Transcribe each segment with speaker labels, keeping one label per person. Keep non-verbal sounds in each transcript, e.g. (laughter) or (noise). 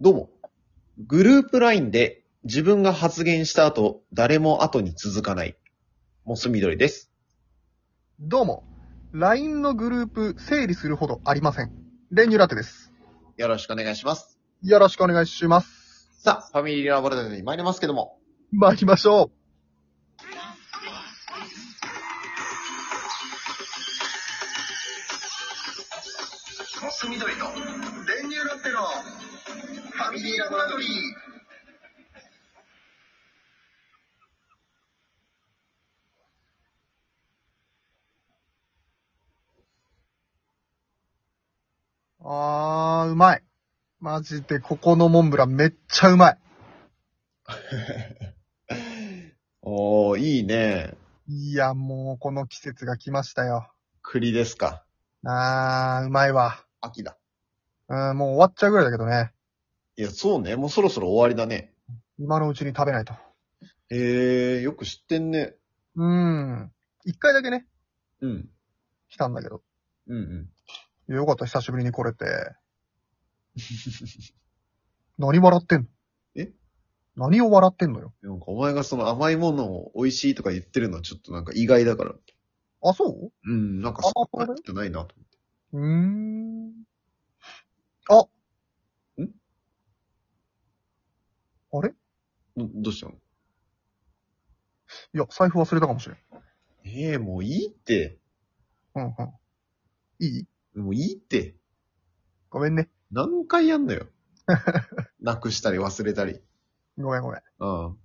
Speaker 1: どうも。グループラインで自分が発言した後、誰も後に続かない。モス緑です。
Speaker 2: どうも。LINE のグループ整理するほどありません。練乳ラテです。
Speaker 1: よろしくお願いします。
Speaker 2: よろしくお願いします。
Speaker 1: さあ、ファミリーラボラトリーに参りますけども。
Speaker 2: 参りましょ
Speaker 3: モス緑と練乳ラッテのファミリーラボラトリー。
Speaker 2: う。あー、うまい。マジで、ここのモンブランめっちゃうまい。
Speaker 1: おー、いいね。
Speaker 2: いや、もうこの季節が来ましたよ。
Speaker 1: 栗ですか。
Speaker 2: あー、うまいわ。
Speaker 1: 秋だ。
Speaker 2: うん、もう終わっちゃうぐらいだけどね。
Speaker 1: いや、そうね。もうそろそろ終わりだね。
Speaker 2: 今のうちに食べないと。
Speaker 1: へー、よく知ってんね。
Speaker 2: うん。一回だけね、
Speaker 1: うん。
Speaker 2: 来たんだけど。
Speaker 1: うんうん。
Speaker 2: いやよかった、久しぶりに来
Speaker 1: (laughs)
Speaker 2: れて。何笑ってんの
Speaker 1: え
Speaker 2: 何を笑ってんのよ。
Speaker 1: なんかお前がその甘いものを美味しいとか言ってるのはちょっとなんか意外だから。
Speaker 2: あ、そう
Speaker 1: うん、なんか
Speaker 2: あ
Speaker 1: そう
Speaker 2: そ
Speaker 1: な
Speaker 2: うだよ
Speaker 1: ってないなと思って。
Speaker 2: うーん。あ
Speaker 1: ん
Speaker 2: あれ
Speaker 1: どどうしたの
Speaker 2: いや、財布忘れたかもしれん。
Speaker 1: ええもういいって。
Speaker 2: うんうん。いい
Speaker 1: もういいって。
Speaker 2: ごめんね。
Speaker 1: 何回やんのよ。 (laughs) なくしたり忘れたり。
Speaker 2: ごめんごめん。
Speaker 1: うん。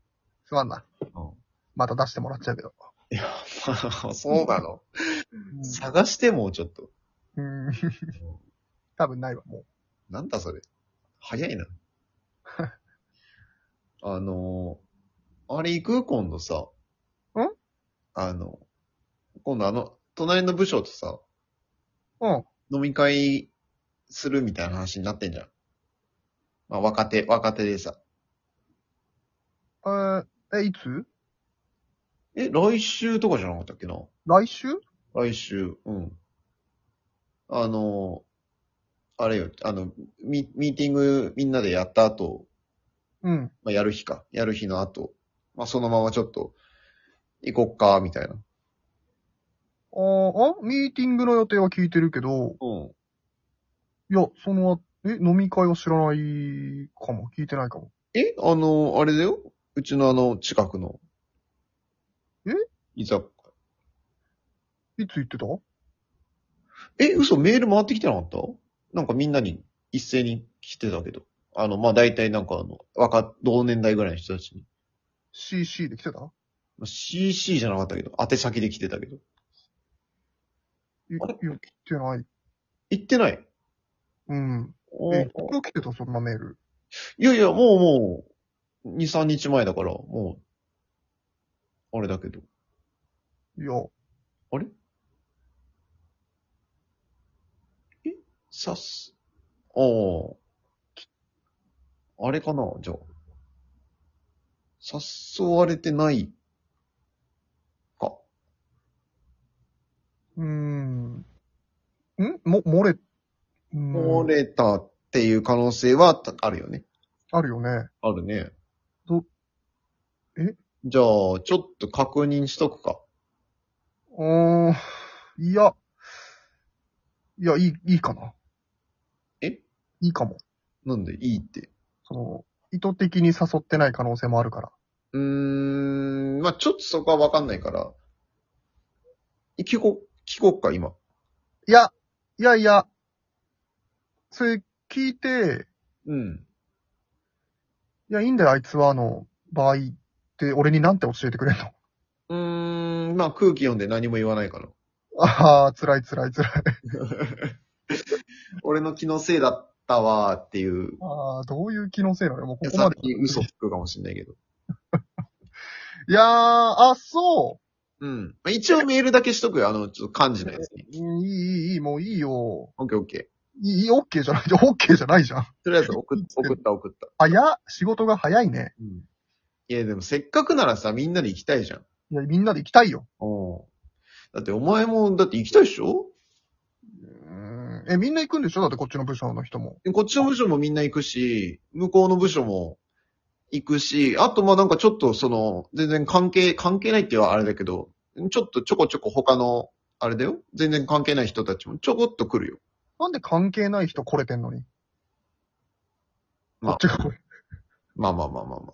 Speaker 2: すまんな。
Speaker 1: うん
Speaker 2: また出してもらっちゃうけど。
Speaker 1: そうなの。探してもうちょっと。
Speaker 2: うん。多分ないわ、もう。
Speaker 1: なんだそれ。早 (laughs) いな。あのー、あれ行く今度さ。
Speaker 2: ん
Speaker 1: あの、今度あの、隣の部署とさ、
Speaker 2: うん。
Speaker 1: 飲み会するみたいな話になってんじゃん。まあ、若手、若手でさ。
Speaker 2: えーえ、いつ
Speaker 1: え、来週とかじゃなかったっけな
Speaker 2: 来週
Speaker 1: 来週、うん。あの、あれよ、あの、ミミーティングみんなでやった後、
Speaker 2: うん。
Speaker 1: まあ、やる日か、やる日の後、まあ、そのままちょっと、行こっか、みたいな。
Speaker 2: あーあ、ミーティングの予定は聞いてるけど、
Speaker 1: うん。
Speaker 2: いや、その、え、飲み会は知らないかも。聞いてないかも。
Speaker 1: えあの、あれだようちのあの、近くの。
Speaker 2: え
Speaker 1: いざ、
Speaker 2: いつ行ってた
Speaker 1: え、嘘、メール回ってきてなかったなんかみんなに一斉に来てたけど。あの、まあ、大体なんかあの、若、同年代ぐらいの人たちに。
Speaker 2: ?CC で来てた
Speaker 1: まあ CC じゃなかったけど、宛先で来てたけど。
Speaker 2: いいや、
Speaker 1: あれ
Speaker 2: 来てない。
Speaker 1: 行ってない
Speaker 2: うん。え、
Speaker 1: え
Speaker 2: 今日来てた、そんなメール。
Speaker 1: いやいや、もうもう、2、3日前だから、もう、あれだけど。
Speaker 2: いや、
Speaker 1: さす。ああ。あれかな、じゃあ。誘われてない、か。
Speaker 2: うーん。んも、漏れ、
Speaker 1: 漏
Speaker 2: 漏。
Speaker 1: れたっていう可能性はたあるよね。
Speaker 2: あるよね。
Speaker 1: あるね。
Speaker 2: どえ
Speaker 1: じゃあ、ちょっと確認しとくか。
Speaker 2: うーん。いや。いや、いい、いいかな。
Speaker 1: え
Speaker 2: いいかも。
Speaker 1: なんで、いいって。
Speaker 2: その、意図的に誘ってない可能性もあるから。
Speaker 1: うーん、まあちょっとそこはわかんないから。え聞こ、聞こっか、今。
Speaker 2: いや、いやいや。それ、聞いて、
Speaker 1: うん。
Speaker 2: いや、いいんだよ、あいつは、あの、場合って、俺になんて教えてくれんの (laughs)
Speaker 1: うーん、まあ空気読んで何も言わないから。
Speaker 2: ああ、辛い辛い辛い。
Speaker 1: 俺の気のせいだったわーっていう。
Speaker 2: ああ、どういう気のせいなのよ、もう
Speaker 1: い
Speaker 2: こ
Speaker 1: や
Speaker 2: こ
Speaker 1: さ
Speaker 2: ま
Speaker 1: っ
Speaker 2: で。
Speaker 1: き嘘つくかもしんないけど。
Speaker 2: いやー、あ、そう。
Speaker 1: うん。まあ一応メールだけしとくよ、あの、ちょっと幹事のやつに。
Speaker 2: うんいい、いい、いい、もういいよ。
Speaker 1: オッケーオッケ
Speaker 2: いいいい、オッケーじゃない、 (laughs) オッケーじゃないじゃん。
Speaker 1: ー。とりあえず送っ送った送った。
Speaker 2: 早っ、仕事が早いね。
Speaker 1: うん。いや、でもせっかくならさ、みんなで行きたいじゃん。
Speaker 2: いや、みんなで行きたいよ。
Speaker 1: おだってお前も、だって行きたいっしょ
Speaker 2: うーん、え、みんな行くんでしょだってこっちの部署の人も。
Speaker 1: でこっちの部署もみんな行くし、向こうの部署も行くし、あとまあなんかちょっとその、全然関係、関係ないって言うのはあれだけど、ちょっとちょこちょこ他の、あれだよ全然関係ない人たちもちょこっと来るよ。
Speaker 2: なんで関係ない人来れてんのに。
Speaker 1: ま
Speaker 2: こ
Speaker 1: あ
Speaker 2: っちが来れ。
Speaker 1: まあまあまあまあまあ。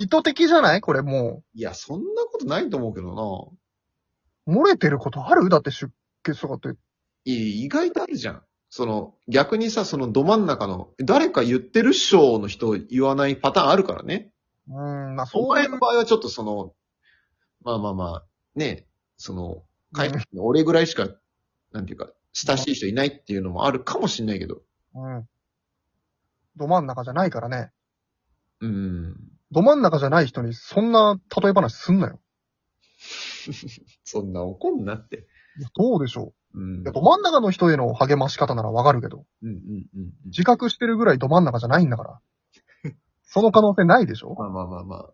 Speaker 2: 意図的じゃないこれも
Speaker 1: いや、そんなことないと思うけど
Speaker 2: う。漏れてることあるだって出血とかって。
Speaker 1: な。いや意外とあるじゃん。その、逆にさ、そのど真ん中の、誰か言ってるっしょの人言わないパターンあるからね。
Speaker 2: うーん、まあそ
Speaker 1: お
Speaker 2: うい
Speaker 1: 前
Speaker 2: う
Speaker 1: の場合はちょっとその、まあまあまあ、ね、その、会社に俺ぐらいしか、なんていうか、親しい人いないっていうのもあるかもしんないけど。
Speaker 2: うん。ど真ん中じゃないからね。
Speaker 1: うん。
Speaker 2: ど真ん中じゃない人にそんな例え話すんなよ。
Speaker 1: そんな怒んなって。
Speaker 2: いやどうでしょ
Speaker 1: うん。
Speaker 2: う。いやど真ん中の人への励まし方ならわかるけど、
Speaker 1: うんうんうん。
Speaker 2: 自覚してるぐらいど真ん中じゃないん
Speaker 1: (laughs)
Speaker 2: だから。その可能性ないでしょ
Speaker 1: まあまあまあまあ。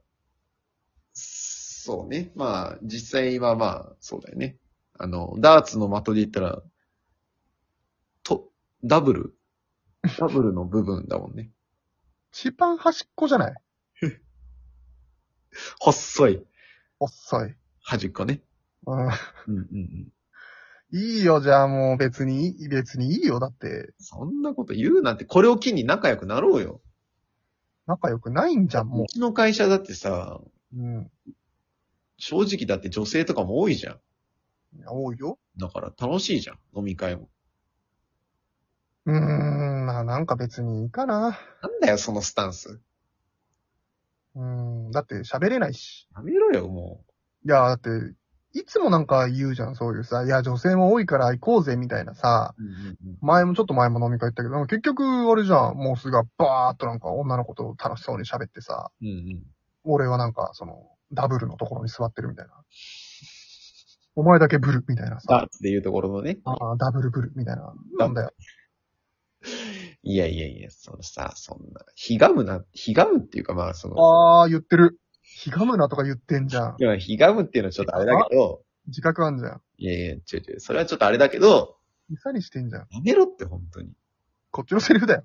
Speaker 1: そうね。まあ、実際はまあ、そうだよね。あの、ダーツの的で言ったら、と、ダブルダブルの部分だもんね。
Speaker 2: 一番端っこじゃない
Speaker 1: 細い
Speaker 2: おっさい。
Speaker 1: 端っこね。
Speaker 2: うん。
Speaker 1: うんうんうん。
Speaker 2: いいよ、じゃあもう別にいい、別にいいよ。だって、
Speaker 1: そんなこと言うなんて、これを機に仲良くなろうよ。
Speaker 2: 仲良くないんじゃん、も
Speaker 1: うちの会社だってさ、
Speaker 2: う。うん。
Speaker 1: 正直だって女性とかも多いじゃん。
Speaker 2: いや多いよ。
Speaker 1: だから楽しいじゃん、飲み会も。
Speaker 2: うーん、まあなんか別にいいかな。
Speaker 1: なんだよ、そのスタンス。
Speaker 2: うん、だって喋れないし。
Speaker 1: やめろよ、も
Speaker 2: いや、だって、いつもなんか言うじゃん、そういうさ。いや、女性も多いから行こうぜ、みたいなさ。
Speaker 1: う。うんうんうん。
Speaker 2: 前も、ちょっと前も飲み会行ったけど、結局、あれじゃん、もうすぐバーっとなんか女の子と楽しそうに喋ってさ、
Speaker 1: うんうん。
Speaker 2: 俺はなんか、その、ダブルのところに座ってるみたいな。お前だけブル、みたいなさ。
Speaker 1: ダーツで言うところのね。
Speaker 2: ああ、ダブルブル、みたいな。
Speaker 1: ダ
Speaker 2: な
Speaker 1: ブ
Speaker 2: んだよ。
Speaker 1: いやいやいや、そのさ、そんな、ひがむな、ひがむっていうかまあ、その、
Speaker 2: ああ、言ってる。ひがむなとか言ってんじゃん。
Speaker 1: いやひがむっていうのはちょっとあれだけど、
Speaker 2: 自覚あんじゃん。
Speaker 1: いやいや、違う違う、それはちょっとあれだけど、
Speaker 2: いさにしてんじゃん。
Speaker 1: やめろって、本当に。
Speaker 2: こっちのセリフだよ。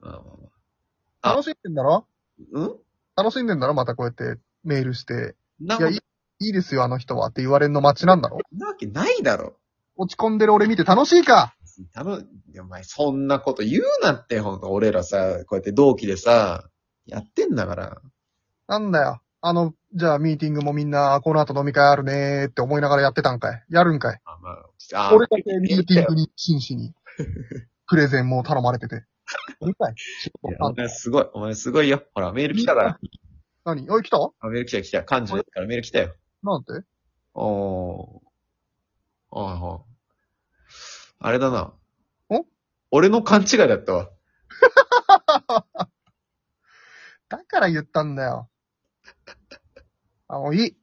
Speaker 1: まあまあまあ
Speaker 2: 楽しんでんだろ
Speaker 1: あ。うん
Speaker 2: 楽しんでんだろまたこうやってメールして。
Speaker 1: ない
Speaker 2: や、
Speaker 1: ん
Speaker 2: いい
Speaker 1: か、
Speaker 2: いいですよ、あの人はって言われるの待ちなんだろ
Speaker 1: なわけないだろ。
Speaker 2: 落ち込んでる俺見て楽しいか
Speaker 1: あの、いやお前、そんなこと言うなって、ほんと、俺らさ、こうやって同期でさ、やってんだから。
Speaker 2: なんだよ。あの、じゃあミーティングもみんな、この後飲み会あるねーって思いながらやってたんかいやるんかい
Speaker 1: あ、まあ、あ
Speaker 2: 俺だけミーティングに真
Speaker 1: (laughs)
Speaker 2: 摯に、プレゼンも頼まれてて。何かい
Speaker 1: いやお前すごい、お前すごいよ。ほら、メール来たから。
Speaker 2: 何おい、来た
Speaker 1: あメール来た来た。幹事からメール来たよ。
Speaker 2: なんて
Speaker 1: おー。はいはい。あれだな。
Speaker 2: お
Speaker 1: 俺の勘違いだったわ。
Speaker 2: だから言ったんだよ。あ、もういい。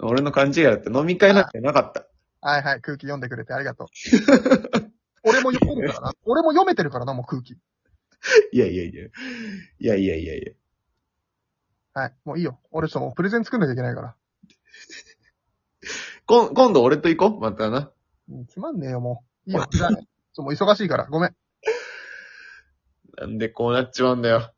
Speaker 1: 俺の勘違いだった。飲み会なんてなかった。
Speaker 2: はいはい、空気読んでくれてありがとう。俺も読めるからな。俺も読めてるからな、もう空気。
Speaker 1: (laughs) いやいやいや。いやいやいやいや。
Speaker 2: はい、もういいよ。俺ちょっともうプレゼン作んなきゃいけないから。
Speaker 1: こん、今度俺と行こう。またな。
Speaker 2: うん、つまんねえよ、もう。いいよ。じゃあね。ちょっともう忙しいから、ごめん。
Speaker 1: なんでこうなっちまうんだよ。